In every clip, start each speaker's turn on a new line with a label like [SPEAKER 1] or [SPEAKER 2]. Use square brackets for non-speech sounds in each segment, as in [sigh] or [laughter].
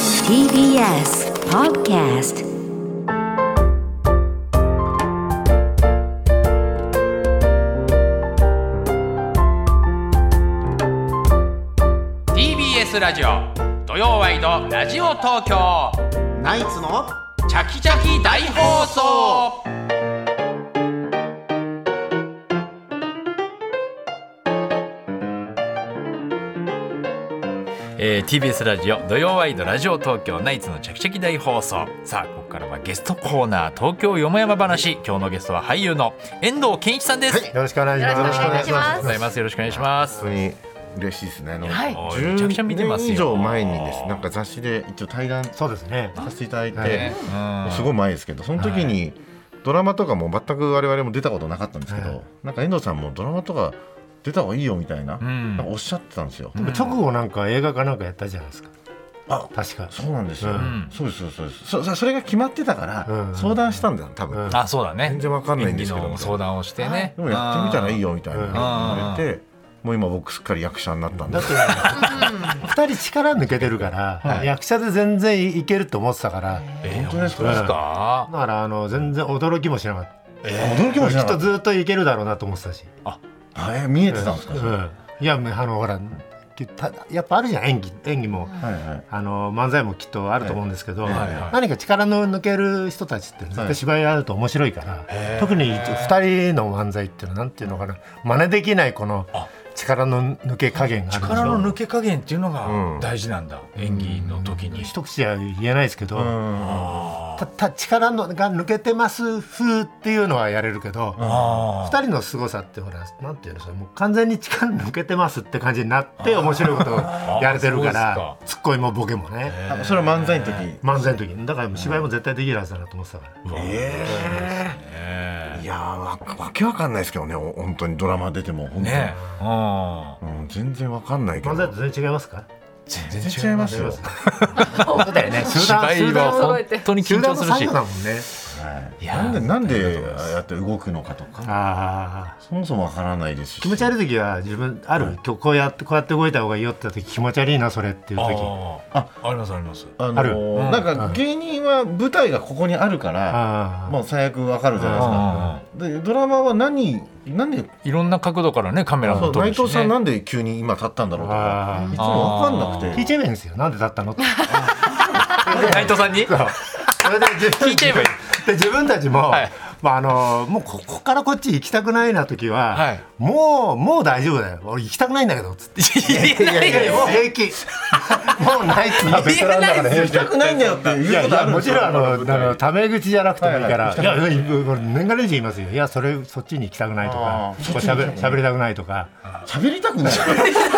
[SPEAKER 1] TBS Podcast
[SPEAKER 2] ー TBS ラジオ土曜ワイドラジオ東京
[SPEAKER 3] ナイツの
[SPEAKER 2] チャキチャキ大放送えー、TBS ラジオ土曜ワイドラジオ東京ナイツのチャキチャキ大放送さあここからはゲストコーナー東京よもやま話今日のゲストは俳優の遠藤健一さんです、
[SPEAKER 4] よろしくお願いします。
[SPEAKER 5] よろしくお願いします
[SPEAKER 2] ございますよろしくお願いします
[SPEAKER 4] 本当に嬉しいですね。あの、
[SPEAKER 5] はい
[SPEAKER 2] おー
[SPEAKER 4] 10
[SPEAKER 2] めちゃくちゃ見てますよ
[SPEAKER 4] 年以上前にです、なんか雑誌で一応対談さ
[SPEAKER 3] そうですね
[SPEAKER 4] せていただいて、
[SPEAKER 2] ねうん
[SPEAKER 4] すごい前ですけど、その時にドラマとかも全く我々も出たことなかったんですけど、なんか遠藤さんもドラマとか出た方がいいよみたいな、
[SPEAKER 2] ん
[SPEAKER 4] なんかおっしゃってたんですよ。
[SPEAKER 3] 直後なんか映画かなんかやったじゃないですか
[SPEAKER 4] あ
[SPEAKER 3] 確か
[SPEAKER 4] そうなんですよ、
[SPEAKER 2] ん
[SPEAKER 4] そうですそうですそうですそそれが決まってたから、
[SPEAKER 3] うん
[SPEAKER 4] 相談したんだよ多分、
[SPEAKER 3] うん
[SPEAKER 2] あそうだね
[SPEAKER 4] 全然わかんないんですけど
[SPEAKER 2] 演技の相談をしてね
[SPEAKER 4] でもやってみたらいいよみたいな
[SPEAKER 3] う
[SPEAKER 4] 言
[SPEAKER 3] ん
[SPEAKER 4] われてもう今僕すっかり役者になったんで
[SPEAKER 3] だって2人力抜けてるから、
[SPEAKER 4] はい
[SPEAKER 3] 役者で全然いけると思ってたから
[SPEAKER 2] えー
[SPEAKER 4] 本当ですか
[SPEAKER 2] 本か
[SPEAKER 3] だからあの全然驚きもしなかった
[SPEAKER 4] 驚きま
[SPEAKER 3] き
[SPEAKER 4] した
[SPEAKER 3] っとずっといけるだろうなと思ってたし、
[SPEAKER 4] あえ見えてたんですか、
[SPEAKER 3] う
[SPEAKER 4] はい
[SPEAKER 3] ん、いやあのほらきたやっぱあるじゃん演技演技も、
[SPEAKER 4] はい
[SPEAKER 3] あの漫才もきっとあると思うんですけど、
[SPEAKER 4] はいはい
[SPEAKER 3] 何か力の抜ける人たちって絶
[SPEAKER 4] はい
[SPEAKER 3] 対芝居あると面白いから、特に2人の漫才っていうのはなんていうのかな真似できないこの力の抜け加減があるでしょ
[SPEAKER 2] 力の抜け加減っていうのが
[SPEAKER 4] うん
[SPEAKER 2] 大事なんだ、演技の時に、
[SPEAKER 3] 一口じゃ言えないですけど、
[SPEAKER 4] うん
[SPEAKER 3] たた力のが抜けてます風っていうのはやれるけど、
[SPEAKER 2] あ
[SPEAKER 3] 二人の凄さってほらなんていうのそれもう完全に力抜けてますって感じになって面白いことをやれてるか
[SPEAKER 2] あ
[SPEAKER 3] らツッコミもボケもね
[SPEAKER 4] あそれは漫才の時
[SPEAKER 3] 漫才の時にだから芝居も絶対できるはずだなと思ってたから
[SPEAKER 4] ええいやーわわけわかんないですけどねお本当にドラマ出ても本当に
[SPEAKER 2] ねえ、うん
[SPEAKER 4] うん、全然わかんないけど
[SPEAKER 3] 漫才と全然違いますか
[SPEAKER 2] 全
[SPEAKER 4] 然違いますよ
[SPEAKER 3] そうだよね [laughs] 集団
[SPEAKER 2] 芝居
[SPEAKER 3] 集
[SPEAKER 2] は
[SPEAKER 3] 団
[SPEAKER 2] 本当に緊張するし
[SPEAKER 3] 集団の作業だもんね
[SPEAKER 4] はいなんでなんでああやって動くのかとか
[SPEAKER 3] ああ
[SPEAKER 4] そもそもわからないですし
[SPEAKER 3] 気持ち悪い時は自分ある、今日こうやってこうやって動いた方がいいよって時気持ち悪いなそれっていう時
[SPEAKER 2] ああありますあります
[SPEAKER 4] あのー
[SPEAKER 3] ある
[SPEAKER 2] うん
[SPEAKER 4] なんか芸人は舞台がここにあるから、
[SPEAKER 3] あ
[SPEAKER 4] もう最悪わかるじゃないですかでドラマは何何で
[SPEAKER 2] いろんな角度からねカメラ
[SPEAKER 4] そ
[SPEAKER 2] も
[SPEAKER 4] う
[SPEAKER 2] 撮
[SPEAKER 4] 内
[SPEAKER 2] るし、ね、
[SPEAKER 4] 藤さんなんで急に今立ったんだろうと
[SPEAKER 3] あ
[SPEAKER 4] か
[SPEAKER 3] ー
[SPEAKER 4] いつもわかんな
[SPEAKER 3] あ
[SPEAKER 4] く
[SPEAKER 3] 聞いち
[SPEAKER 4] て
[SPEAKER 3] ゃえばいいんですよなんでだっ
[SPEAKER 2] [laughs]
[SPEAKER 3] たのって
[SPEAKER 2] 内藤さんに
[SPEAKER 3] それで自分 [laughs]
[SPEAKER 2] 聞いちゃえばいい
[SPEAKER 3] で自分たちも、
[SPEAKER 2] はい
[SPEAKER 3] まああのもうここからこっち行きたくないな時は、
[SPEAKER 2] はい
[SPEAKER 3] もうもう大丈夫だよ俺行きたくないんだけどつって
[SPEAKER 2] いやいやいや
[SPEAKER 3] もう平気 [laughs] もうないっつって
[SPEAKER 4] ベテランだか
[SPEAKER 2] 言え
[SPEAKER 4] ら
[SPEAKER 2] ない
[SPEAKER 4] ねしたくないんだよって
[SPEAKER 3] い
[SPEAKER 4] 言う
[SPEAKER 3] や
[SPEAKER 4] こ
[SPEAKER 3] い
[SPEAKER 4] とあ
[SPEAKER 3] や
[SPEAKER 4] る
[SPEAKER 3] も
[SPEAKER 4] です
[SPEAKER 3] ちろ
[SPEAKER 4] よ
[SPEAKER 3] んあのあのタメ口じゃなくてもいいから、
[SPEAKER 4] はい
[SPEAKER 3] いやいやこれ年がら年中言いますよいやそれそっちに行きたくないとか
[SPEAKER 4] あー
[SPEAKER 3] こうしゃべしゃべりたくないとか
[SPEAKER 4] 喋りたくない喋りたく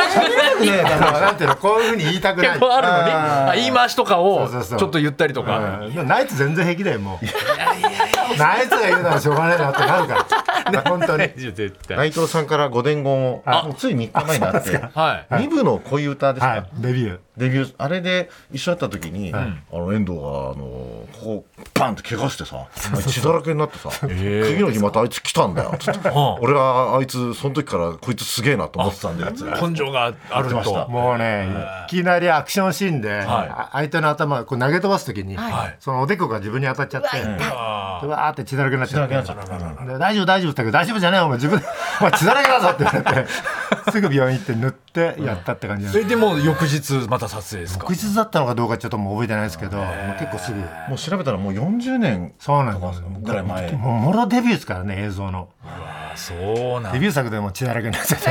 [SPEAKER 4] ない
[SPEAKER 3] あのなんていうのこういうふうに言いたくない
[SPEAKER 2] 結構あるのに
[SPEAKER 4] あー
[SPEAKER 2] あ言い回しとかを
[SPEAKER 3] そうそうそう
[SPEAKER 2] ちょっと言ったりとか
[SPEAKER 3] うんいやナイツ全然平気だよもうナイツが言うならしょうがないなってなるから本当に
[SPEAKER 2] 絶対
[SPEAKER 4] [laughs] 内藤さんから御伝言を
[SPEAKER 3] あ
[SPEAKER 4] もうつい3日前にあって
[SPEAKER 2] はい
[SPEAKER 4] 2部の恋歌ですか、
[SPEAKER 3] はいデビュー
[SPEAKER 4] デビューあれで一緒だった時に、あの遠藤があのここバンって怪我してさ血だらけになってさ次の日またあいつ来たんだよつって俺はあいつその時からこいつすげえなと思ってたんだよつって
[SPEAKER 2] 根性がある
[SPEAKER 4] 言ってまし
[SPEAKER 2] と
[SPEAKER 4] た
[SPEAKER 3] もうね、いきなりアクションシーンで、あ相手の頭をこう投げ飛ばすときに、
[SPEAKER 2] はい
[SPEAKER 3] そのおでこが自分に当たっちゃって、
[SPEAKER 2] あ
[SPEAKER 3] でわーって血だらけになっちゃって
[SPEAKER 4] 血だらけになっちゃった
[SPEAKER 3] で大丈夫大丈夫って言ったけど大丈夫じゃないお前自分で [laughs] お前血だらけだぞって言われ [laughs] てすぐ病院行って塗ってやったって感じなん
[SPEAKER 2] ー
[SPEAKER 3] で
[SPEAKER 2] えでも翌日また撮影ですか
[SPEAKER 3] 翌日だったのかどうかちょっともう覚えてないですけど、もう結構すぐ
[SPEAKER 4] もう調べたらもう40年
[SPEAKER 3] そうなんですよ
[SPEAKER 4] ぐらい前
[SPEAKER 3] もうもろデビューですからね映像の
[SPEAKER 2] あそうなんだ
[SPEAKER 3] デビュー作でも血だらけになっちゃって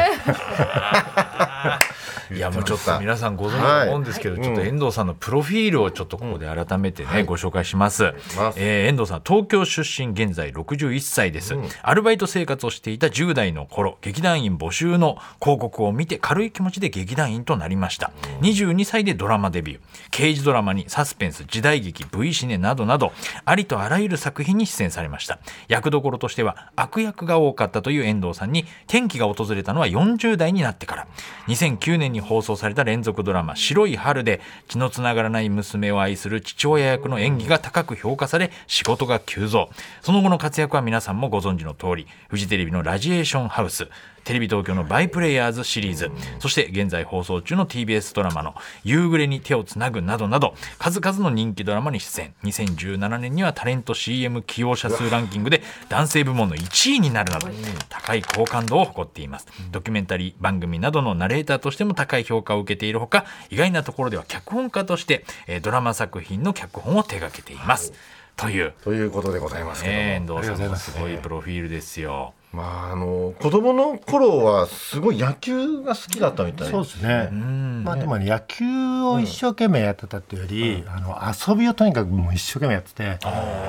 [SPEAKER 2] いやもうちょっと皆さんご存知だと思うんですけど、ちょっと遠藤さんのプロフィールをちょっとここで改めてね、ご紹介します、えー遠藤さん東京出身現在61歳です、アルバイト生活をしていた10代の頃劇団員募集の広告を見て軽い気持ちで劇団員となりました、22歳でドラマデビュー刑事ドラマにサスペンス時代劇 V シネなどなどありとあらゆる作品に出演されました役どころとしては悪役が多かったという遠藤さんに転機が訪れたのは40代になってから2009年に放送された連続ドラマ「白い春」で血のつながらない娘を愛する父親役の演技が高く評価され仕事が急増その後の活躍は皆さんもご存知の通りフジテレビの「ラジエーションハウス」テレビ東京のバイプレイヤーズシリーズ、そして現在放送中の TBS ドラマの夕暮れに手をつなぐなどなど、数々の人気ドラマに出演。2017年にはタレント CM 起用者数ランキングで男性部門の1位になるなど、高い好感度を誇っています。ドキュメンタリー番組などのナレーターとしても高い評価を受けているほか、意外なところでは脚本家として、えードラマ作品の脚本を手掛けています。という、
[SPEAKER 4] ということでございますけども、
[SPEAKER 2] ね、遠藤さんのすごいプロフィールですよ。
[SPEAKER 4] まああの子供の頃はすごい野球が好きだったみたい
[SPEAKER 3] そうですね。まあでもね野球を一生懸命やってたっていうより、あの遊びをとにかくもう一生懸命やってて、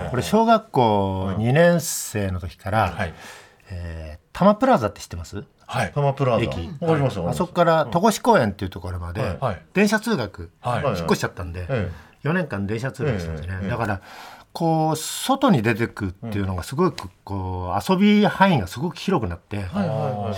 [SPEAKER 3] これ小学校2年生の時から、
[SPEAKER 2] はい。
[SPEAKER 3] えー多摩プラザって知ってます？
[SPEAKER 2] はい。
[SPEAKER 4] タマプラザ。
[SPEAKER 3] 駅
[SPEAKER 4] わかりますよ。
[SPEAKER 3] あそこから戸越公園っていうところまで、
[SPEAKER 4] はい
[SPEAKER 2] はい
[SPEAKER 3] 電車通学、
[SPEAKER 2] はい
[SPEAKER 3] 引っ越しちゃったんで、
[SPEAKER 4] え
[SPEAKER 3] 4年間電車通学してたんですね、
[SPEAKER 4] ええ
[SPEAKER 3] だからこう外に出てくっていうのがすごくこう遊び範囲がすごく広くなって、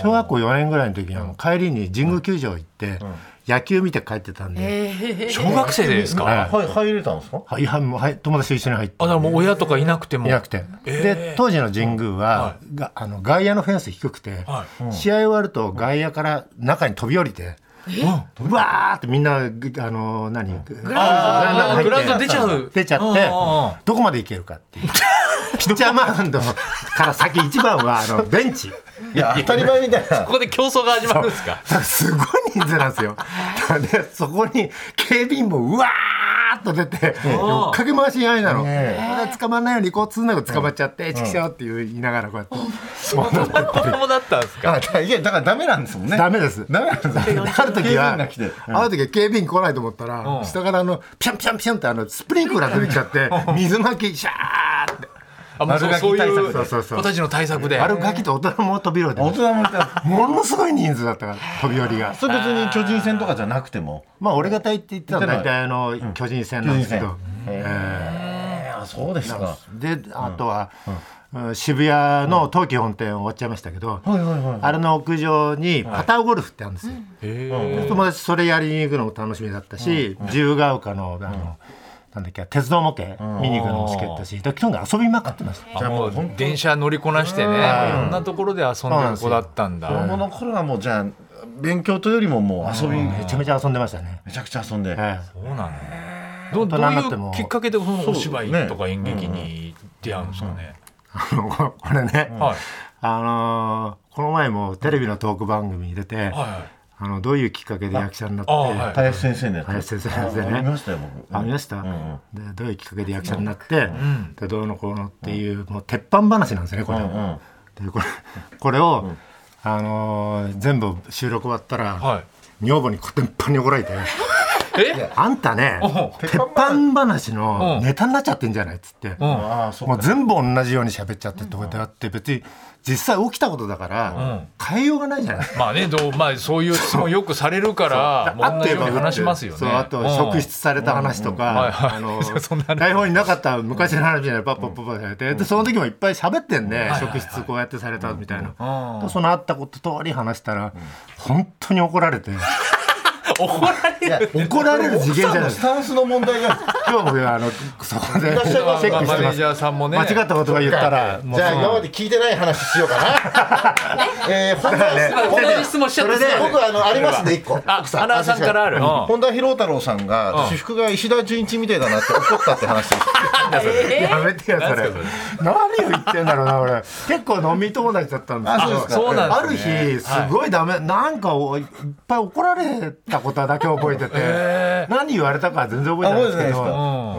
[SPEAKER 3] 小学校4年ぐらいの時にはもう帰りに神宮球場行って、野球見て帰ってたんで、
[SPEAKER 2] 小学生でですか、
[SPEAKER 3] はい
[SPEAKER 4] あはい入れたんですか。
[SPEAKER 3] はいはいもうはい、友達と一緒に入って
[SPEAKER 2] あ、だからもう親とかいなくても。
[SPEAKER 3] いなくて、で当時の神宮は、があの外野のフェンス低くて、
[SPEAKER 2] は
[SPEAKER 3] 試合終わると外野から中に飛び降りて、うわーってみんなぐあの何グ
[SPEAKER 2] あーグラウンド出ちゃう。
[SPEAKER 3] 出ちゃ
[SPEAKER 2] うんうんうん
[SPEAKER 3] ってどこまでいける
[SPEAKER 2] [laughs]
[SPEAKER 3] かっていうピッチャーマウンドから先一番はあのベンチ
[SPEAKER 4] いや当たり前みたいな。
[SPEAKER 2] ここで競争が始まるんですか。
[SPEAKER 3] すごい人数なんですよ。でそこに警備員もうわーっと出て追っかけ回し合いなの。
[SPEAKER 4] ね
[SPEAKER 3] 俺は捕まんないようにこうつんなく捕まっちゃって「ちきしょう」って言いながらこうやって
[SPEAKER 2] 子供だったんですか。
[SPEAKER 4] あだいやだからダメなんですもんね。
[SPEAKER 3] ダメです。
[SPEAKER 4] ダメなんです。
[SPEAKER 3] ある時は、
[SPEAKER 4] 警備員が来てうん
[SPEAKER 3] ある時は警備員来ないと思ったら、
[SPEAKER 2] うん
[SPEAKER 3] 下からあのピャンピャンピャンってあのスプリンクラー出てきちゃって水まきシャーって
[SPEAKER 2] あ、もうそうそうい
[SPEAKER 4] 丸書き対
[SPEAKER 2] う
[SPEAKER 4] 策で
[SPEAKER 3] そうそう
[SPEAKER 2] 子たちの対策で。
[SPEAKER 3] 丸ガキと大人も飛び降りて
[SPEAKER 4] 大人もいた。
[SPEAKER 3] ものすごい人数だったから飛び降りが
[SPEAKER 4] [laughs] それ別に巨人戦とかじゃなくても。
[SPEAKER 3] まあ俺が大って言ってたら大体あの巨人戦なんですけ
[SPEAKER 4] 巨
[SPEAKER 3] ど
[SPEAKER 4] 人、ええあそうですか。
[SPEAKER 3] であとは、うん渋谷の東急本店終わっちゃいましたけど、
[SPEAKER 4] はいはいはい。
[SPEAKER 3] あれの屋上にパターゴルフってあるんですよ、
[SPEAKER 2] へ
[SPEAKER 3] 友達それやりに行くのも楽しみだったし、自由が丘のあの、なんだっけ鉄道模型見に行くのも好きだったし、とにかく遊びまくってました
[SPEAKER 2] ー。じゃあもう電車乗りこなしてね、いろんなところで遊んでる子だったん
[SPEAKER 4] 子供
[SPEAKER 2] だ。
[SPEAKER 4] の頃はもうじゃあ勉強というよりももう遊びめ
[SPEAKER 3] めちゃめちゃ遊んでましたね、
[SPEAKER 4] ちゃくちゃ遊んで。
[SPEAKER 3] え [laughs]
[SPEAKER 2] そうなんだね。どどう
[SPEAKER 3] 大人になって
[SPEAKER 2] い
[SPEAKER 3] も
[SPEAKER 2] うきっかけでそのお芝
[SPEAKER 4] そう
[SPEAKER 2] 居
[SPEAKER 4] ね
[SPEAKER 2] とか演劇に出会うんですかね。
[SPEAKER 3] えこれね、
[SPEAKER 2] はい
[SPEAKER 3] あのーこの前もテレビのトーク番組に出て、
[SPEAKER 2] は
[SPEAKER 3] あのどういうきっかけで役者になって
[SPEAKER 2] ああはい
[SPEAKER 4] 林先生のやつ。
[SPEAKER 3] 林先生のやつでね
[SPEAKER 4] あ見ましたよ僕。
[SPEAKER 3] あ見ました、
[SPEAKER 4] うん
[SPEAKER 3] でどういうきっかけで役者になって、でどうのこうのっていうもう鉄板話なんですねこれ、
[SPEAKER 4] うんうん
[SPEAKER 3] でこれこれを、あのー全部収録終わったら、
[SPEAKER 2] いはい。
[SPEAKER 3] 女房にこてんぱんに怒られて
[SPEAKER 2] え？
[SPEAKER 3] 「あんたね
[SPEAKER 2] おう
[SPEAKER 3] 鉄板話の
[SPEAKER 2] うん
[SPEAKER 3] ネタになっちゃってんじゃない」っつって、
[SPEAKER 2] うん。
[SPEAKER 4] ああそう
[SPEAKER 3] もう全部同じように喋っちゃってってことあって別に実際起きたことだから、変えようがないじゃない
[SPEAKER 2] まあね、どうまあそういう質問よくされるから、もう同じように話しますよね。
[SPEAKER 3] そうあと職質された話とか、
[SPEAKER 2] う
[SPEAKER 3] あ
[SPEAKER 2] んうんはい
[SPEAKER 3] の
[SPEAKER 2] はいそんな話
[SPEAKER 3] 台本になかった昔の話じゃないパッパッパッパッされて、でその時もいっぱい喋ってんで、職質こうやってされたみたいな、
[SPEAKER 2] うん
[SPEAKER 3] でそのあったこと通り話したら、本当に怒られて
[SPEAKER 2] うん。怒られる。
[SPEAKER 3] 怒られる次元じゃない
[SPEAKER 4] スタンスの問題が。
[SPEAKER 3] 今日もあのそこでチェック
[SPEAKER 2] まあ
[SPEAKER 3] して
[SPEAKER 2] マ
[SPEAKER 3] ま
[SPEAKER 2] ネー
[SPEAKER 3] す
[SPEAKER 2] ジャーさんもね。
[SPEAKER 3] 間違ったことが言ったらもう
[SPEAKER 4] じゃあ今まで聞いてない話しようかな。えー、本田
[SPEAKER 3] ね
[SPEAKER 2] 同じ質問しちゃって
[SPEAKER 4] それで僕あのありますね一個。
[SPEAKER 2] あ、花輪さんからある。
[SPEAKER 4] 本田博太郎さんが私服が石田純一みたいだなって怒ったって話です。
[SPEAKER 3] やめてよそれ何を言ってんだろうな俺結構飲み友達だったんですけど
[SPEAKER 4] あそうですか
[SPEAKER 2] そうなん
[SPEAKER 3] あ
[SPEAKER 2] で
[SPEAKER 3] る
[SPEAKER 2] すね
[SPEAKER 3] 日すごいダメ、なんかおいっぱい怒られたことだけ覚えてて、何言われたか全然覚えてないんですけど
[SPEAKER 4] あ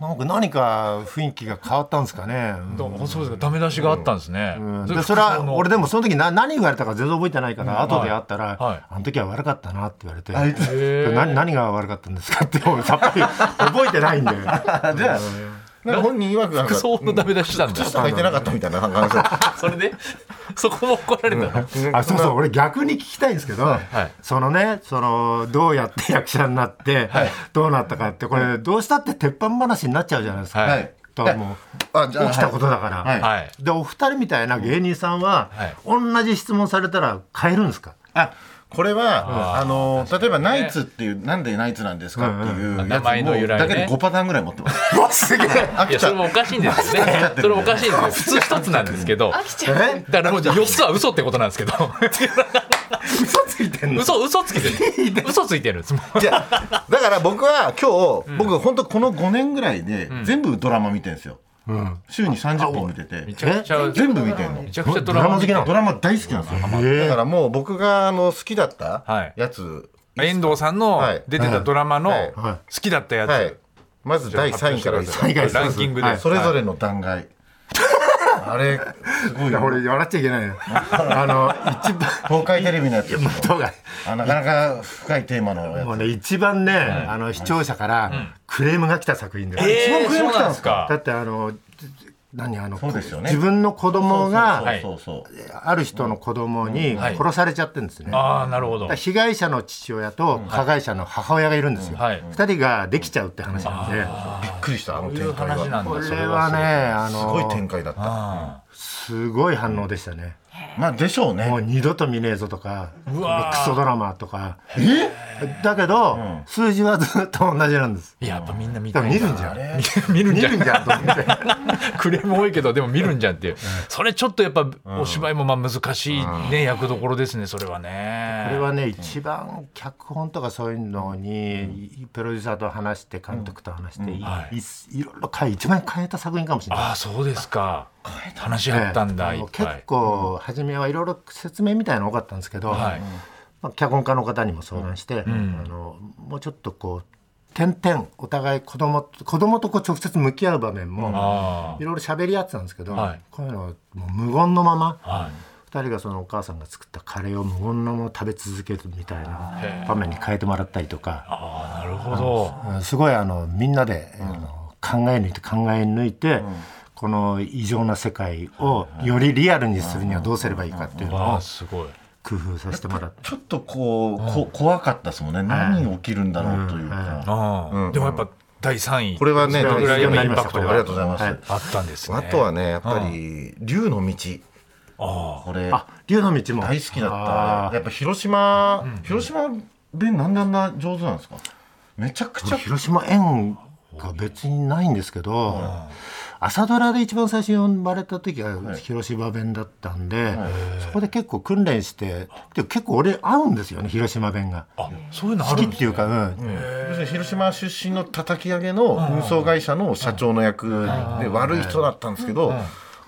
[SPEAKER 4] 覚
[SPEAKER 3] なんか何か雰囲気が変わったんですかね、
[SPEAKER 2] うんそうですか。ダメ出しがあったんですね。
[SPEAKER 3] うんでそれは俺
[SPEAKER 2] で
[SPEAKER 3] でもその時な何言われたか全然覚えてないから後で会ったら「
[SPEAKER 2] はい
[SPEAKER 3] あの時は悪かったな」って言われて「
[SPEAKER 4] あいつ
[SPEAKER 3] で何何が悪かったんですか?」って俺さっぱり覚えてないんで
[SPEAKER 4] [laughs] あじゃあなんか本人曰くなんか
[SPEAKER 2] 服装のダメ出ししたんだ。
[SPEAKER 4] 靴下履いてなかったみたいな話を。
[SPEAKER 2] それで [laughs] そこも怒られたの。
[SPEAKER 3] あそうそう俺逆に聞きたいんですけど、
[SPEAKER 2] はい
[SPEAKER 3] そのねそのどうやって役者になって、どうなったかってこれどうしたって鉄板話になっちゃうじゃないですか、
[SPEAKER 2] はい
[SPEAKER 3] とはも
[SPEAKER 4] あ
[SPEAKER 3] う
[SPEAKER 4] じゃあ
[SPEAKER 3] 起きたことだから。
[SPEAKER 4] はい
[SPEAKER 2] はい。
[SPEAKER 3] でお二人みたいな芸人さんは、
[SPEAKER 2] はい
[SPEAKER 3] 同じ質問されたら変えるんですか
[SPEAKER 4] あこれは、あの例えばナイツっていう、なんでナイツなんですかっていうやつも、
[SPEAKER 2] 名前の由来ね
[SPEAKER 4] だけで5パターンぐらい持ってます。
[SPEAKER 3] うわすげえ
[SPEAKER 4] 飽
[SPEAKER 2] いや
[SPEAKER 4] きち
[SPEAKER 2] そ
[SPEAKER 4] ゃ
[SPEAKER 2] れ
[SPEAKER 4] う
[SPEAKER 2] もおかしいんですよねそれおかしいんですよ普通一つなんですけど
[SPEAKER 3] え
[SPEAKER 2] だから4つは嘘ってことなんですけど
[SPEAKER 3] 嘘ついてんの
[SPEAKER 2] 嘘嘘つけてる嘘ついてるんですもん
[SPEAKER 4] いやだから僕は今日、僕本当この5年ぐらいで全部ドラマ見てるんですよ、週に30本見てて
[SPEAKER 2] めちゃくちゃ
[SPEAKER 4] 全部見てんの
[SPEAKER 2] めちゃくちゃドラマ好きな
[SPEAKER 4] ドラマ大好きなんですよ、
[SPEAKER 3] え
[SPEAKER 4] だからもう僕があの好きだっ
[SPEAKER 2] はい
[SPEAKER 4] たやつ、
[SPEAKER 2] 遠藤さんの
[SPEAKER 4] はい
[SPEAKER 2] 出てたドラマの
[SPEAKER 4] はい
[SPEAKER 2] 好きだったやつ、
[SPEAKER 4] はいまず第3位からです
[SPEAKER 3] 海外
[SPEAKER 2] ランキング
[SPEAKER 3] は
[SPEAKER 2] で
[SPEAKER 3] い
[SPEAKER 4] それぞれの弾劾、
[SPEAKER 2] [laughs]
[SPEAKER 4] あれすごい
[SPEAKER 3] いや
[SPEAKER 4] よ
[SPEAKER 3] 俺笑っちゃいけ
[SPEAKER 4] [laughs]
[SPEAKER 3] ないよあの一番
[SPEAKER 4] 東海テレビのやつ
[SPEAKER 3] 動画
[SPEAKER 4] あなかなか深いテーマのや
[SPEAKER 3] もう
[SPEAKER 4] つ
[SPEAKER 3] ね一番ね、あの視聴者からクレームが来た作品です、
[SPEAKER 2] えー
[SPEAKER 4] 一番クレーム来たんですか
[SPEAKER 3] だってあの何あの
[SPEAKER 4] そうですよね
[SPEAKER 3] 自分の子供が
[SPEAKER 4] そうそうそうそう
[SPEAKER 3] ある人の子供に
[SPEAKER 2] はい
[SPEAKER 3] 殺されちゃってるんですね、
[SPEAKER 2] ああなるほど
[SPEAKER 3] だから被害者の父親と加害者の母親がいるんですよ、
[SPEAKER 2] うんはい
[SPEAKER 3] 2人ができちゃうって話なんで、
[SPEAKER 4] びっくりしたあの
[SPEAKER 2] そうい
[SPEAKER 4] 展
[SPEAKER 2] う
[SPEAKER 4] 開
[SPEAKER 2] 話な
[SPEAKER 4] が
[SPEAKER 2] ん
[SPEAKER 3] こ
[SPEAKER 2] だそ
[SPEAKER 3] れはねあ
[SPEAKER 4] す
[SPEAKER 3] の
[SPEAKER 4] ごい展開だった
[SPEAKER 2] あ
[SPEAKER 3] すごい反応でしたね、
[SPEAKER 4] まあでしょうね
[SPEAKER 3] もう二度と見ねえぞとかもう
[SPEAKER 2] わー
[SPEAKER 3] クソドラマとかだけど、数字はずっと同じなんです
[SPEAKER 2] ーやっぱみんな見
[SPEAKER 3] だ
[SPEAKER 2] た
[SPEAKER 3] から
[SPEAKER 2] い
[SPEAKER 3] 見
[SPEAKER 2] な
[SPEAKER 3] るんじゃ
[SPEAKER 2] [laughs]
[SPEAKER 3] ん
[SPEAKER 2] 見るん
[SPEAKER 3] 見
[SPEAKER 2] じゃん
[SPEAKER 3] るんじゃんと思って
[SPEAKER 2] [laughs] クレーム多いけどでも見るんじゃんっていう、それちょっとやっぱお芝居もまあ難しいね、役どころですねそれはね
[SPEAKER 3] これはね一番脚本とかそういうのにプロデューサーと話して監督と話してい
[SPEAKER 2] はい
[SPEAKER 3] いいろいろ変え一番変えた作品かもしれない。
[SPEAKER 2] ああそうですか話し合ったんだ、
[SPEAKER 3] え
[SPEAKER 2] い
[SPEAKER 3] えあの
[SPEAKER 2] っぱ
[SPEAKER 3] 結
[SPEAKER 2] い
[SPEAKER 3] 構初めはいろいろ説明みたいなの多かったんですけど、
[SPEAKER 2] はい
[SPEAKER 3] まあ、脚本家の方にも相談して、あのもうちょっとこう点々お互い子供と子供とこう直接向き合う場面も
[SPEAKER 2] あ
[SPEAKER 3] いろいろ喋り合ってたんですけど、
[SPEAKER 2] はい
[SPEAKER 3] こういうのはもう無言のまま
[SPEAKER 2] あはい
[SPEAKER 3] 2人がそのお母さんが作ったカレーを無言のまま食べ続けるみたい
[SPEAKER 2] へ
[SPEAKER 3] な
[SPEAKER 2] え
[SPEAKER 3] 場面に変えてもらったりとか、
[SPEAKER 2] ああなるほど
[SPEAKER 3] うんすごいあのみんなで、あの考え抜いて考え抜いて、この異常な世界をよりリアルにするにはどうすればいいかっていうの
[SPEAKER 2] あ
[SPEAKER 3] を
[SPEAKER 2] あすごい
[SPEAKER 3] 工夫させてもらって。
[SPEAKER 4] ちょっとこう、こ怖かったですもんね、何が起きるんだろうというか、
[SPEAKER 2] ああ、でもやっぱ第3位
[SPEAKER 4] これはね
[SPEAKER 2] それぐらいやっぱインパクト
[SPEAKER 3] これ
[SPEAKER 4] あ
[SPEAKER 2] が
[SPEAKER 4] りがとうございます、
[SPEAKER 3] はい
[SPEAKER 2] あったんですね
[SPEAKER 4] あとはねやっぱり「竜の道」
[SPEAKER 2] あ
[SPEAKER 4] これ
[SPEAKER 3] あ、竜の道も
[SPEAKER 4] 大好きだっ
[SPEAKER 3] あ
[SPEAKER 4] たやっぱ広島、広島弁なんであんな上手なんですかめちゃくち
[SPEAKER 3] ー
[SPEAKER 4] ゃ
[SPEAKER 3] 広島縁が別にないんですけど、朝ドラで一番最初に呼ばれた時が広島弁だったんで、そこで結構訓練してで結構俺合うんですよね広島弁が
[SPEAKER 2] ああそういうのあ
[SPEAKER 3] 好
[SPEAKER 2] る
[SPEAKER 3] き
[SPEAKER 2] ん
[SPEAKER 3] っ
[SPEAKER 2] で
[SPEAKER 3] ていうか、うん
[SPEAKER 4] 要するに広島出身の叩き上げの運送会社の社長の役で悪い人だったんですけど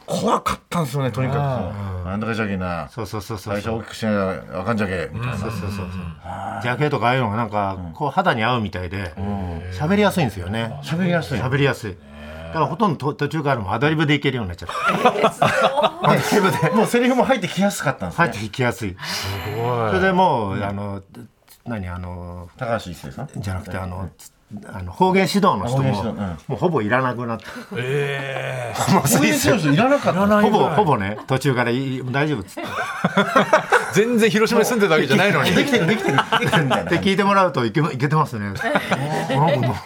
[SPEAKER 4] 怖かったんですよねとにかくそのなんだかじゃけな
[SPEAKER 3] そうそうそうそう
[SPEAKER 4] 会社大きくしなあかんじゃけみたいな
[SPEAKER 3] そうそうそうそうジャケとかああいうのがなんかこう肌に合うみたいで喋りやすいんですよね
[SPEAKER 4] 喋りやすい
[SPEAKER 3] 喋りやすいだからほとんどと途中からもうアドリブでいけるようになっちゃった
[SPEAKER 4] はいもうセリフも入ってきやすかったんです
[SPEAKER 3] 入っ
[SPEAKER 4] ね
[SPEAKER 3] ていきやすい
[SPEAKER 2] す
[SPEAKER 3] そ
[SPEAKER 2] ご
[SPEAKER 3] れ
[SPEAKER 2] い
[SPEAKER 3] でもう、あの何あの
[SPEAKER 4] 高橋一生さん
[SPEAKER 3] じゃなくてあの、つあの方言指導の人
[SPEAKER 4] 方言
[SPEAKER 3] も、
[SPEAKER 4] 指導うん
[SPEAKER 3] もうほぼいらなくなって
[SPEAKER 2] ええ
[SPEAKER 4] そういう選手いらなかった
[SPEAKER 2] らない
[SPEAKER 3] ほぼ
[SPEAKER 2] はい
[SPEAKER 3] ほぼね途中からいい大丈夫っつって
[SPEAKER 2] 全然広島に住んでたわけじゃないのに
[SPEAKER 4] できてるできてるできてるみたいな
[SPEAKER 3] で聞いてもらうといけいけてますねなんか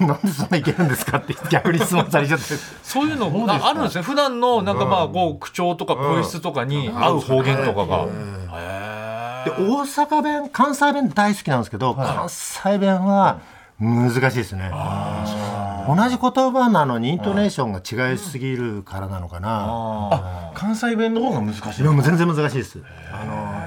[SPEAKER 3] なんでそんないけるんですかって逆に質問されちゃって
[SPEAKER 2] そういうのもあるんですね普段のなんかまあこう口調とか声質とかに合う方言とかが、
[SPEAKER 3] で大阪弁関西弁大好きなんですけど、関西弁は難しいですね同じ言葉なのにイントネーションが違いすぎるからなのかな
[SPEAKER 4] 関西弁の方が難しい
[SPEAKER 3] いやもう全然難しいですあの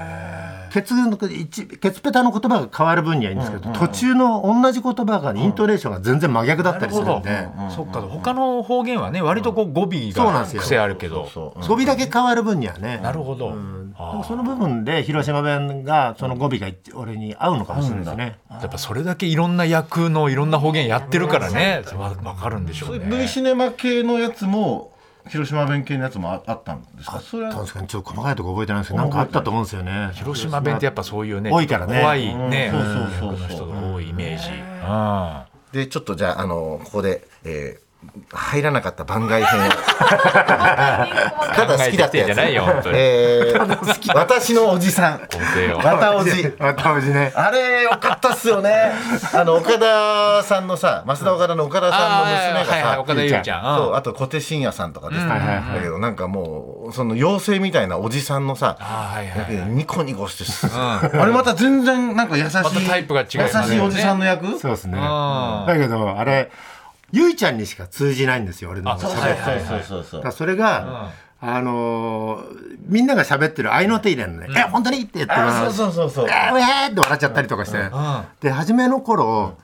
[SPEAKER 3] ケツの一ケツペタの言葉が変わる分にはいいんですけど、途中の同じ言葉がイントネーションが全然真逆だったりするんで、
[SPEAKER 2] そっか他の方言はね割とこう語尾
[SPEAKER 3] そうな
[SPEAKER 2] が
[SPEAKER 3] んですよ
[SPEAKER 2] 癖あるけど
[SPEAKER 4] そう
[SPEAKER 3] 語尾だけ変わる分にはね
[SPEAKER 2] なるほど、
[SPEAKER 3] でもその部分で広島弁がその語尾が俺に合うのかもしれないですね、
[SPEAKER 2] やっぱそれだけいろんな役のいろんな方言やってるからねわわかるんでしょ
[SPEAKER 4] そううい
[SPEAKER 2] ね
[SPEAKER 4] う V シネマ系のやつも広島弁系のやつもああったんですかそれは
[SPEAKER 3] 確かにちょっと細かいとこ覚えてないんですけどなんかあったと思うんですよね
[SPEAKER 2] 広島弁ってやっぱそういうね
[SPEAKER 3] 多いからね
[SPEAKER 2] 怖いね
[SPEAKER 4] うんそうそうそうそ
[SPEAKER 2] 役
[SPEAKER 4] う
[SPEAKER 2] の人が多いイメージ、うん
[SPEAKER 4] でちょっとじゃああのここで、えー入らなかった番
[SPEAKER 2] [laughs]
[SPEAKER 4] 外編をただ好きだったやつ、
[SPEAKER 2] ないよ本当に
[SPEAKER 4] え
[SPEAKER 2] [laughs]
[SPEAKER 4] ー、私のおじさん
[SPEAKER 2] 本当よ
[SPEAKER 4] わたおじ
[SPEAKER 3] またおじね。
[SPEAKER 4] あれよかったっすよ
[SPEAKER 2] [laughs]
[SPEAKER 4] ねあの岡田さんのさ増田岡田の岡田さんの娘
[SPEAKER 2] は
[SPEAKER 4] が
[SPEAKER 2] いはい
[SPEAKER 4] さ
[SPEAKER 2] 岡田優ちゃんうん
[SPEAKER 4] そうあと小手伸也さんとかですね、
[SPEAKER 3] はいはいはい
[SPEAKER 4] だけどなんかもうその妖精みたいなおじさんのさ
[SPEAKER 2] あーはいはいはい
[SPEAKER 4] ニコニコしてす、あれまた全然なんか優しい、
[SPEAKER 2] またタイプが違いますね
[SPEAKER 4] 優しいおじさんの役
[SPEAKER 3] そうですね。
[SPEAKER 2] あ
[SPEAKER 3] だけど、あれ、ゆいちゃんにしか通じないんですよ、俺の
[SPEAKER 2] あそう
[SPEAKER 3] 喋
[SPEAKER 2] はい
[SPEAKER 3] り
[SPEAKER 2] はい
[SPEAKER 4] そうそうそう
[SPEAKER 3] だからそれが、あのーみんなが喋ってる合いの手入れのね、え、本当にって言って
[SPEAKER 4] あ
[SPEAKER 3] ま
[SPEAKER 4] そう
[SPEAKER 3] す。
[SPEAKER 4] そうそうそう
[SPEAKER 3] えー、うえーって笑っちゃったりとかして。で、初めの頃、